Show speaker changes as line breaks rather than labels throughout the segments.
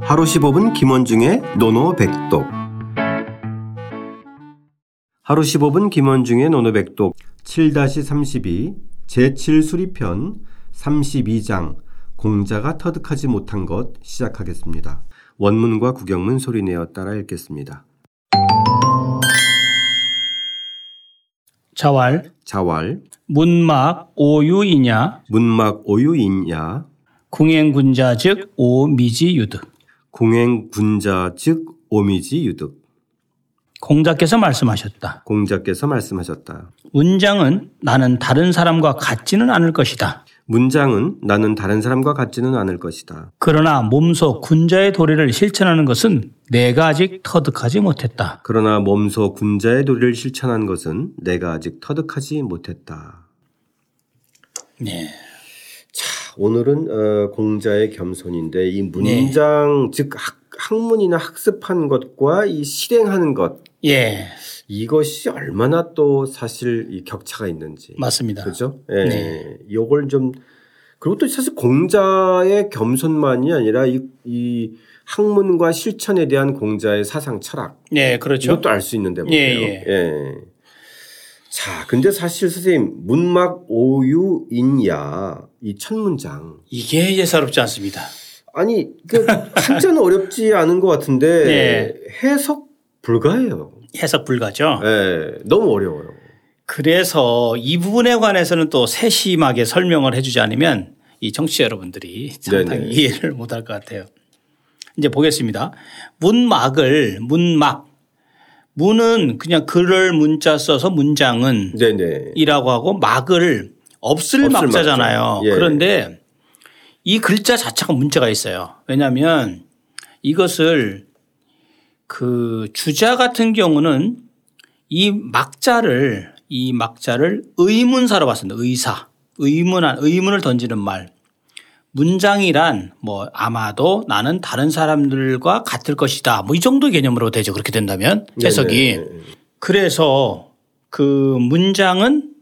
하루 15분 김원중의 노노백독 하루 15분 김원중의 노노백독 7-32 제7수리편 32장 공자가 터득하지 못한 것 시작하겠습니다. 원문과 구경문 소리내어 따라 읽겠습니다.
자왈
자왈
문막 오유이냐
문막 오유인야
궁행군자 즉 오미지유득
공행군자 즉 오미지 유득
공자께서 말씀하셨다.
공자께서 말씀하셨다.
문장은 나는 다른 사람과 같지는 않을 것이다.
문장은 나는 다른 사람과 같지는 않을 것이다.
그러나 몸소 군자의 도리를 실천하는 것은 내가 아직 터득하지 못했다.
그러나 몸소 군자의 도리를 실천한 것은 내가 아직 터득하지 못했다.
네.
자, 오늘은 어, 공자의 겸손인데 이 문장 즉 학, 학문이나 학습한 것과 이 실행하는 것
예,
이것이 얼마나 또 사실 이 격차가 있는지
맞습니다.
그죠? 예.
네.
요걸 좀 그리고 또 사실 공자의 겸손만이 아니라 이, 이 학문과 실천에 대한 공자의 사상 철학
네, 그렇죠.
이것도 알 수 있는데 보요
예,
자, 근데 사실 선생님 문막 오유인야 이 첫 문장
이게 예사롭지 않습니다.
아니 그 한자는 어렵지 않은 것 같은데
네.
해석 불가해요.
해석 불가죠.
예, 너무 어려워요.
그래서 이 부분에 관해서는 또 세심하게 설명을 해주지 않으면 이 정치 여러분들이 상당히
네네.
이해를 못할 것 같아요. 이제 보겠습니다. 문막을 문막 문은 그냥 글을 문자 써서 문장은
네네.
이라고 하고 막을 없을,
없을
막자잖아요.
막자. 예.
그런데 이 글자 자체가 문제가 있어요. 왜냐하면 이것을 그 주자 같은 경우는 이 막자를 이 막자를 의문사로 봤습니다. 의사 의문한 의문을 던지는 말. 문장이란 뭐 아마도 나는 다른 사람들과 같을 것이다. 뭐 이 정도 개념으로 되죠. 그렇게 된다면 해석이
네네.
그래서 그 문장은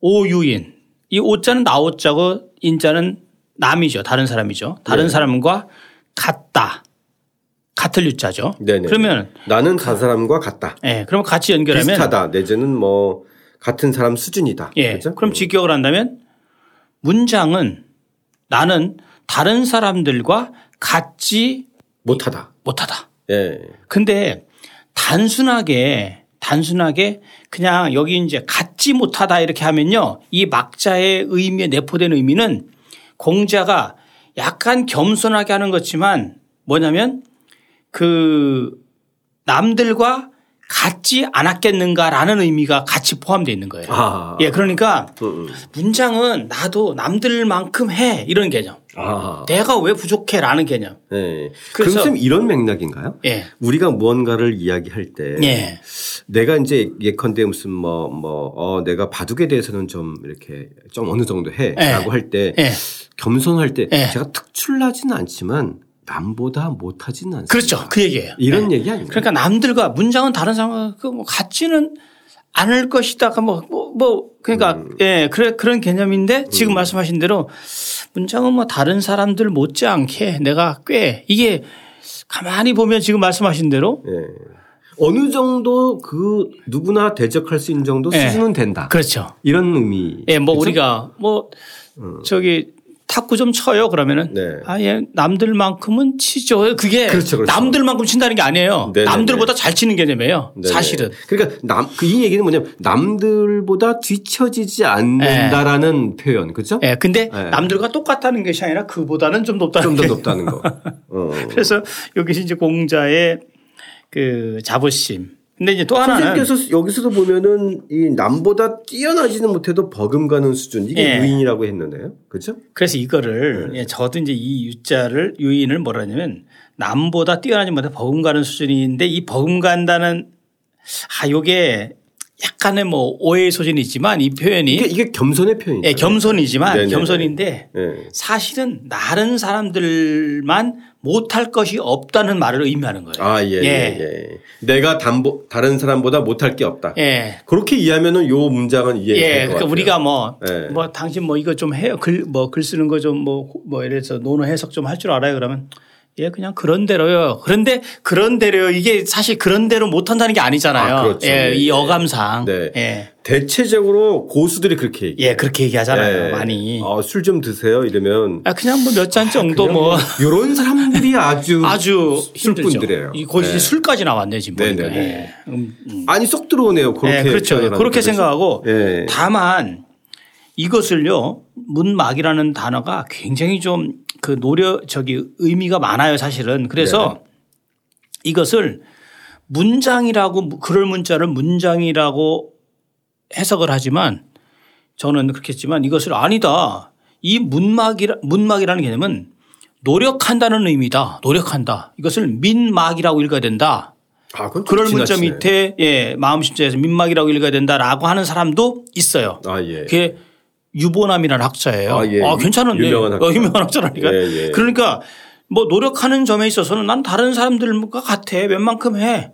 오유인 이 오자는 나 오자고 인자는 남이죠 다른 사람이죠 다른
네.
사람과 같다 같을 유자죠
네네.
그러면
나는 다른 사람과 같다.
예 그럼 같이 연결하면
비슷하다. 내지는 뭐 같은 사람 수준이다. 그렇죠?
예
그죠? 네.
그럼 직격을 한다면 문장은 나는 다른 사람들과 같지
못하다.
못하다
예.
근데 단순하게 단순하게 그냥 여기 이제 갖지 못하다 이렇게 하면요 이 막자의 의미에 내포된 의미는 공자가 약간 겸손하게 하는 것지만 뭐냐면 그 남들과 같지 않았겠는가라는 의미가 같이 포함되어 있는 거예요.
아.
예, 그러니까
음, 음.
문장은 나도 남들만큼 해 이런 개념.
아.
내가 왜 부족해라는 개념.
예. 그럼
그래서-
선생님 이런 맥락인가요?
예,
우리가 무언가를 이야기할 때
예,
내가 이제 예컨대 무슨 뭐 뭐 어, 내가 바둑에 대해서는 좀 이렇게 좀 어느 정도 해라고 할 때
예.
겸손할 때
예.
제가 특출나지는 않지만 남보다 못하지는 않습니다.
그렇죠. 그 얘기예요.
이런 얘기 아닌가요?
그러니까 남들과 문장은 다른 사람과 그뭐 같지는 않을 것이다. 뭐, 뭐, 뭐 그러니까
음.
예, 그래, 그런 개념인데 지금 말씀하신 대로 문장은 뭐 다른 사람들 못지않게 내가 꽤 이게 가만히 보면 지금 말씀하신 대로
예. 어느 정도 그 누구나 대적할 수 있는 정도
예.
수준은 된다.
그렇죠.
이런 의미.
예, 뭐
그렇죠?
우리가 뭐 저기 탁구 좀 쳐요 그러면은
음. 네.
아 예 남들만큼은 치죠. 그게
그렇죠, 그렇죠.
남들만큼 친다는 게 아니에요.
네네네.
남들보다 잘 치는 개념이에요.
네네.
사실은.
그러니까 남, 그 이 얘기는 뭐냐면 남들보다 뒤처지지 않는다라는 표현. 그죠?
예, 근데
예.
남들과 똑같다는 것이 아니라 그보다는 좀 높다는
좀 더
게.
높다는 거. 어.
그래서 여기 이제 공자의 그 자부심. 근데 이제 또 하나는
선생님께서 여기서도 보면은 이 남보다 뛰어나지는 못해도 버금가는 수준 이게
예.
유인이라고 했는데요, 그렇죠?
그래서 이거를
네.
예, 저도 이제 이 유자를 유인을 뭐라냐면 남보다 뛰어나지 못해 버금가는 수준인데 이 버금간다는 아 요게 약간의 뭐 오해의 소진이 있지만 이
이게
표현이
이게 겸손의 표현이죠.
예, 겸손이지만
네네네.
겸손인데
예.
사실은 다른 사람들만 못할 것이 없다는 말을 의미하는 거예요.
아 예, 예. 예. 내가 담보, 다른 사람보다 못할 게 없다.
예.
그렇게 이해하면은 요 문장은 이해될
예,
것
그러니까
같아요.
우리가 뭐 뭐
예.
당신 뭐 이거 좀 해요. 글 뭐 글 쓰는 거 좀 뭐 뭐 예를 들어서 논어 해석 좀 할 줄 알아요. 그러면 예, 그냥 그런대로요. 그런데 그런대로요. 이게 사실 그런대로 못 한다는 게 아니잖아요.
아, 그렇죠.
예,
예,
이
예.
어감상.
네.
예.
대체적으로 고수들이 그렇게 얘기해요.
예, 그렇게 얘기하잖아요. 많이.
술 좀 드세요 이러면
아, 그냥 뭐 몇 잔 정도 뭐
이런 사람들이 아주
아주 힘들죠.
그 술꾼들이에요. 예.
이 거의 이제 술까지 나왔네 지금
네,
보니까.
네, 네.
예. 음, 음.
아니 쏙 들어오네요. 그렇게
예, 그렇죠.
표현하는
그렇게
거죠.
생각하고
예.
다만 이것을요 문막이라는 단어가 굉장히 좀 그 노려 저기 의미가 많아요 사실은 그래서
네.
이것을 문장이라고 그럴 문자를 문장이라고 해석을 하지만 저는 그렇게 했지만 이것을 아니다 이 문막이라 문막이라는 개념은 노력한다는 의미다 노력한다 이것을 민막이라고 읽어야 된다
아, 그건 좀
그럴 문자
지나치네.
밑에 예, 마음 심자에서 민막이라고 읽어야 된다라고 하는 사람도 있어요.
아 예.
그게 유보남이라는 학자예요.
아, 예.
괜찮은데.
유명한 학자.
어, 유명한 학자라니까.
예, 예.
그러니까 뭐 노력하는 점에 있어서는 난 다른 사람들과 같아. 웬만큼 해.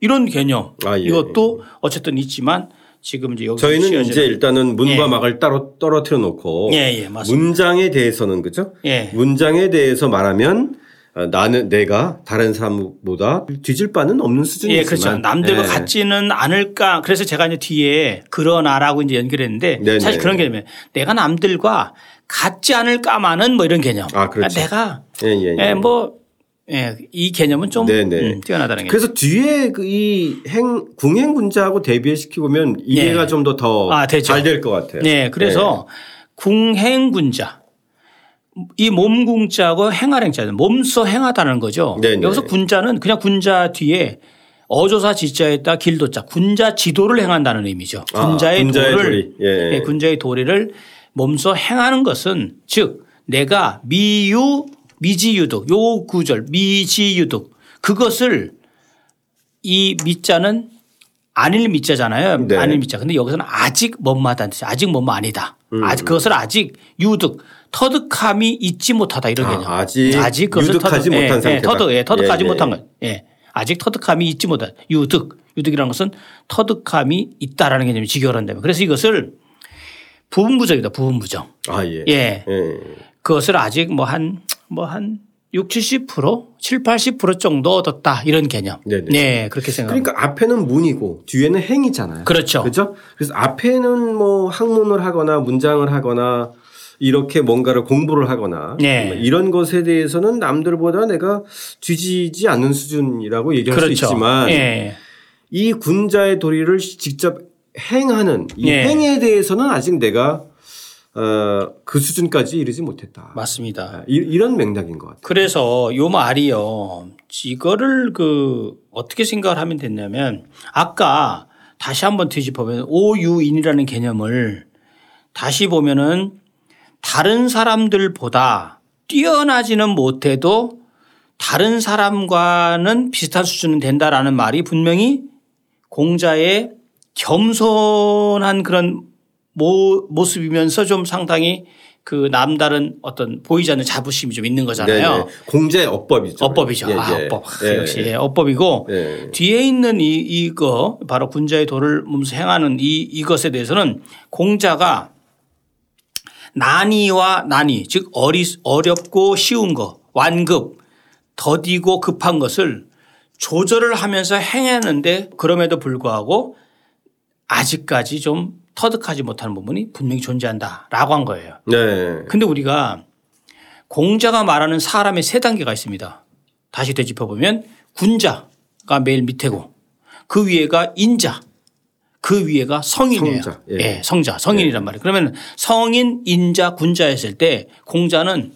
이런 개념.
아, 예.
이것도 어쨌든 있지만 지금 이제 여기서
저희는
치워지는-
이제 일단은 문과
예.
막을 따로 떨어뜨려 놓고
예, 예, 맞습니다.
문장에 대해서는 그죠?
예.
문장에 대해서 말하면 어, 나는 내가 다른 사람보다 뒤질 바는 없는 수준이지만
예, 그렇죠. 남들과
예.
같지는 않을까. 그래서 제가 이제 뒤에 그러나라고 이제 연결했는데
네네.
사실 그런 개념이에요. 내가 남들과 같지 않을까만은 뭐 이런 개념.
아, 그렇지.
내가
예, 예, 예.
예, 뭐 예, 이 개념은 좀
네네.
음, 뛰어나다는 게.
그래서 뒤에 그이행 궁행 군자하고 대비시켜 보면 이해가
예.
좀 더 더 잘
아,
될
되죠.
것 같아요. 예.
네, 그래서 궁행군자 이 몸궁자하고 행하행자 몸소 행하다는 거죠.
네네.
여기서 군자는 그냥 군자 뒤에 어조사 지자에다 길도자 군자 지도를 행한다는 의미죠.
아,
군자의,
군자의
도를
도리. 예.
네, 군자의 도리를 몸소 행하는 것은 즉 내가 미유 미지유독 요 구절 미지유독 그것을 이 미자는 안일 미자잖아요.
네.
안일 미자. 근데 여기서는 아직 뭔마다 아직 뭔마 아니다.
음.
아직 그것을 아직 유득 터득함이 있지 못하다 이런
아,
개념.
아직
그것을
유득하지
터득-
못한
예, 예,
상태다.
터득, 예, 터득하지
예, 예.
못한 것. 예. 아직 터득함이 있지 못한 유득. 유득이라는 것은 터득함이 있다라는 개념이 직결한다면 그래서 이것을 부분부정이다. 부분부정.
아 예. 예.
예. 그것을 아직 뭐 한 뭐 한 60, 70% 7, 80% 정도 얻었다 이런 개념.
네네.
네, 그렇게 생각합니다.
그러니까 앞에는 문이고 뒤에는 행이잖아요.
그렇죠.
그렇죠? 그래서 앞에는 뭐 학문을 하거나 문장을 하거나 이렇게 뭔가를 공부를 하거나 뭐
네.
이런 것에 대해서는 남들보다 내가 뒤지지 않는 수준이라고 얘기할 수 있지만
예.
이 군자의 도리를 직접 행하는 이
예.
행에 대해서는 아직 내가 어, 그 수준까지 이르지 못했다.
맞습니다.
이, 이런 맥락인 것 같아요.
그래서 요 말이요. 이거를 그 어떻게 생각을 하면 됐냐면 아까 다시 한번 뒤집어보면 오유인이라는 개념을 다시 보면은 다른 사람들보다 뛰어나지는 못해도 다른 사람과는 비슷한 수준은 된다라는 말이 분명히 공자의 겸손한 그런 모, 모습이면서 좀 상당히 그 남다른 어떤 보이지 않는 자부심이 좀 있는 거잖아요.
네네. 공자의 어법이죠.
어법이죠.
예,
아,
예.
어법. 아,
예.
역시 예, 어법이고
예.
뒤에 있는 이, 이거 바로 군자의 도를 몸소 행하는 이, 이것에 대해서는 공자가 난이와 난이 즉 어리, 어렵고 쉬운 거 완급 더디고 급한 것을 조절을 하면서 행했는데 그럼에도 불구하고 아직까지 좀 터득하지 못하는 부분이 분명히 존재한다라고 한 거예요.
네.
근데 우리가 공자가 말하는 사람의 세 단계가 있습니다. 다시 되짚어 보면 군자가 매일 밑에고 그 위에가 인자 그 위에가 성인이에요.
성자,
예.
예.
성자, 성인이란 말이에요. 그러면 성인, 인자, 군자 했을 때 공자는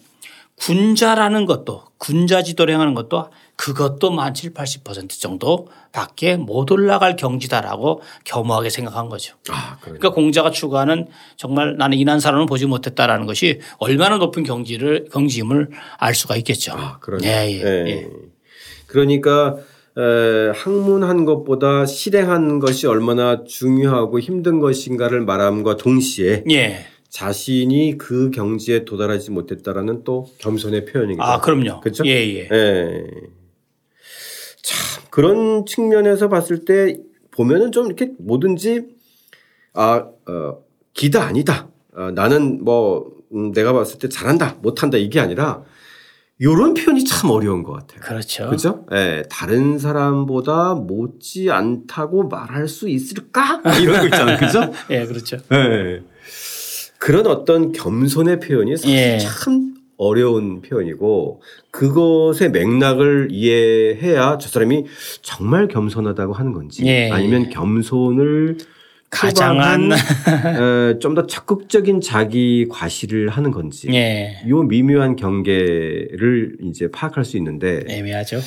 군자라는 것도 군자 지도를 행하는 것도 그것도 만 7, 80% 정도 밖에 못 올라갈 경지다라고 겸허하게 생각한 거죠.
아, 그래.
그러니까 공자가 추구하는 정말 나는 인한 사람을 보지 못했다라는 것이 얼마나 높은 경지를 경지임을 알 수가 있겠죠.
아, 그러요
예, 예, 예.
그러니까 에, 학문한 것보다 실행한 것이 얼마나 중요하고 힘든 것인가를 말함과 동시에
예.
자신이 그 경지에 도달하지 못했다라는 또 겸손의 표현이기도
아,
하고.
그럼요.
그렇죠?
예, 예.
예. 참 그런 측면에서 봤을 때 보면은 좀 이렇게 뭐든지 아 어, 기다 아니다. 어, 나는 뭐 음, 내가 봤을 때 잘한다 못한다 이게 아니라 요런 표현이 참 어려운 것 같아요.
그렇죠.
그죠? 예, 다른 사람보다 못지 않다고 말할 수 있을까? 이런 거 있잖아요. 그죠?
예, 그렇죠.
예. 그런 어떤 겸손의 표현이 사실
예.
참 어려운 표현이고 그것의 맥락을 이해해야 저 사람이 정말 겸손하다고 하는 건지
예.
아니면 겸손을
가장한.
좀 더 적극적인 자기 과시를 하는 건지
예.
요 미묘한 경계를 이제 파악할 수 있는데
예. 애매하죠.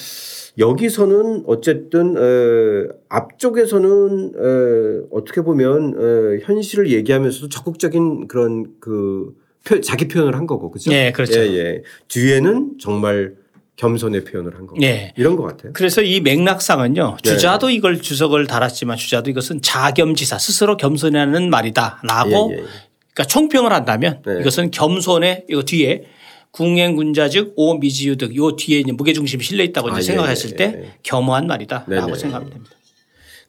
여기서는 어쨌든 에, 앞쪽에서는 에, 어떻게 보면 에, 현실을 얘기하면서도 적극적인 그런 그 표, 자기 표현을 한 거고 그죠?
예, 그렇죠.
예, 예. 뒤에는 정말 겸손의 표현을 한 거고
예.
이런 것 같아요.
그래서 이 맥락상은요.
네.
주자도 이걸 주석을 달았지만 주자도 이것은 자겸지사 스스로 겸손하는 말이다라고
예, 예.
그러니까 총평을 한다면
네.
이것은 겸손의 이거 뒤에 궁행군자 즉오 미지유득 요 뒤에 이제 무게중심이 실려 있다고 이제
아, 예,
생각했을
예,
때
예.
겸허한 말이다라고
네, 네.
생각하면 됩니다.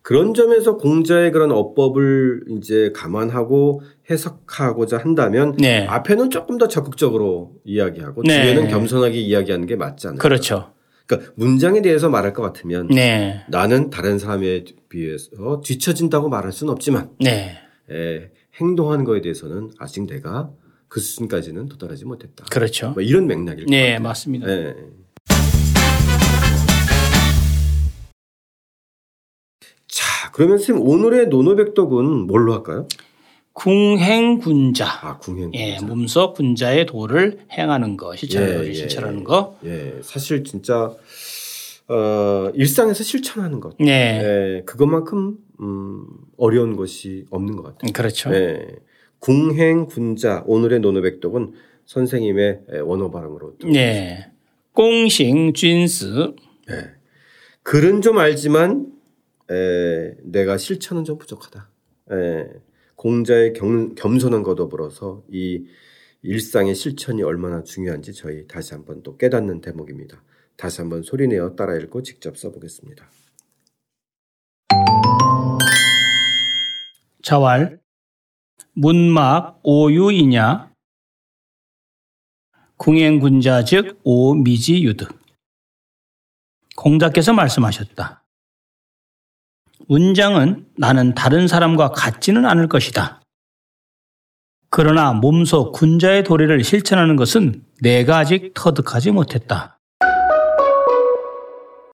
그런 점에서 공자의 그런 어법을 이제 감안하고 해석하고자 한다면
네.
앞에는 조금 더 적극적으로 이야기하고
네.
뒤에는 겸손하게 이야기하는 게 맞지 않나요?
그렇죠.
그러니까 문장에 대해서 말할 것 같으면
네.
나는 다른 사람에 비해서 뒤처진다고 말할 수는 없지만
네.
에, 행동하는 거에 대해서는 아직 내가 그 수준까지는 도달하지 못했다.
그렇죠.
뭐 이런 맥락일 거예요.
네, 맞습니다.
자, 그러면 선생님 오늘의 노노백독은 뭘로 할까요?
궁행군자.
아, 궁행.
예, 몸소 군자의 도를 행하는 거, 실천하는
예,
거,
예,
실천하는
예.
거.
예, 사실 진짜 어, 일상에서 실천하는 것.
네.
예, 그것만큼 음, 어려운 것이 없는 것 같아요.
그렇죠.
예. 궁행 군자 오늘의 노노백독은 선생님의 예, 원어 발음으로 또.
네. 공싱 준스.
예. 글은 좀 알지만 에, 내가 실천은 좀 부족하다. 예. 공자의 겸, 겸손함과 더불어서 이 일상의 실천이 얼마나 중요한지 저희 다시 한번 또 깨닫는 대목입니다. 다시 한번 소리내어 따라 읽고 직접 써보겠습니다.
자왈. 문막 오유이냐. 궁행군자 즉 오미지유득. 공자께서 말씀하셨다. 문장은 나는 다른 사람과 같지는 않을 것이다. 그러나 몸소 군자의 도리를 실천하는 것은 내가 아직 터득하지 못했다.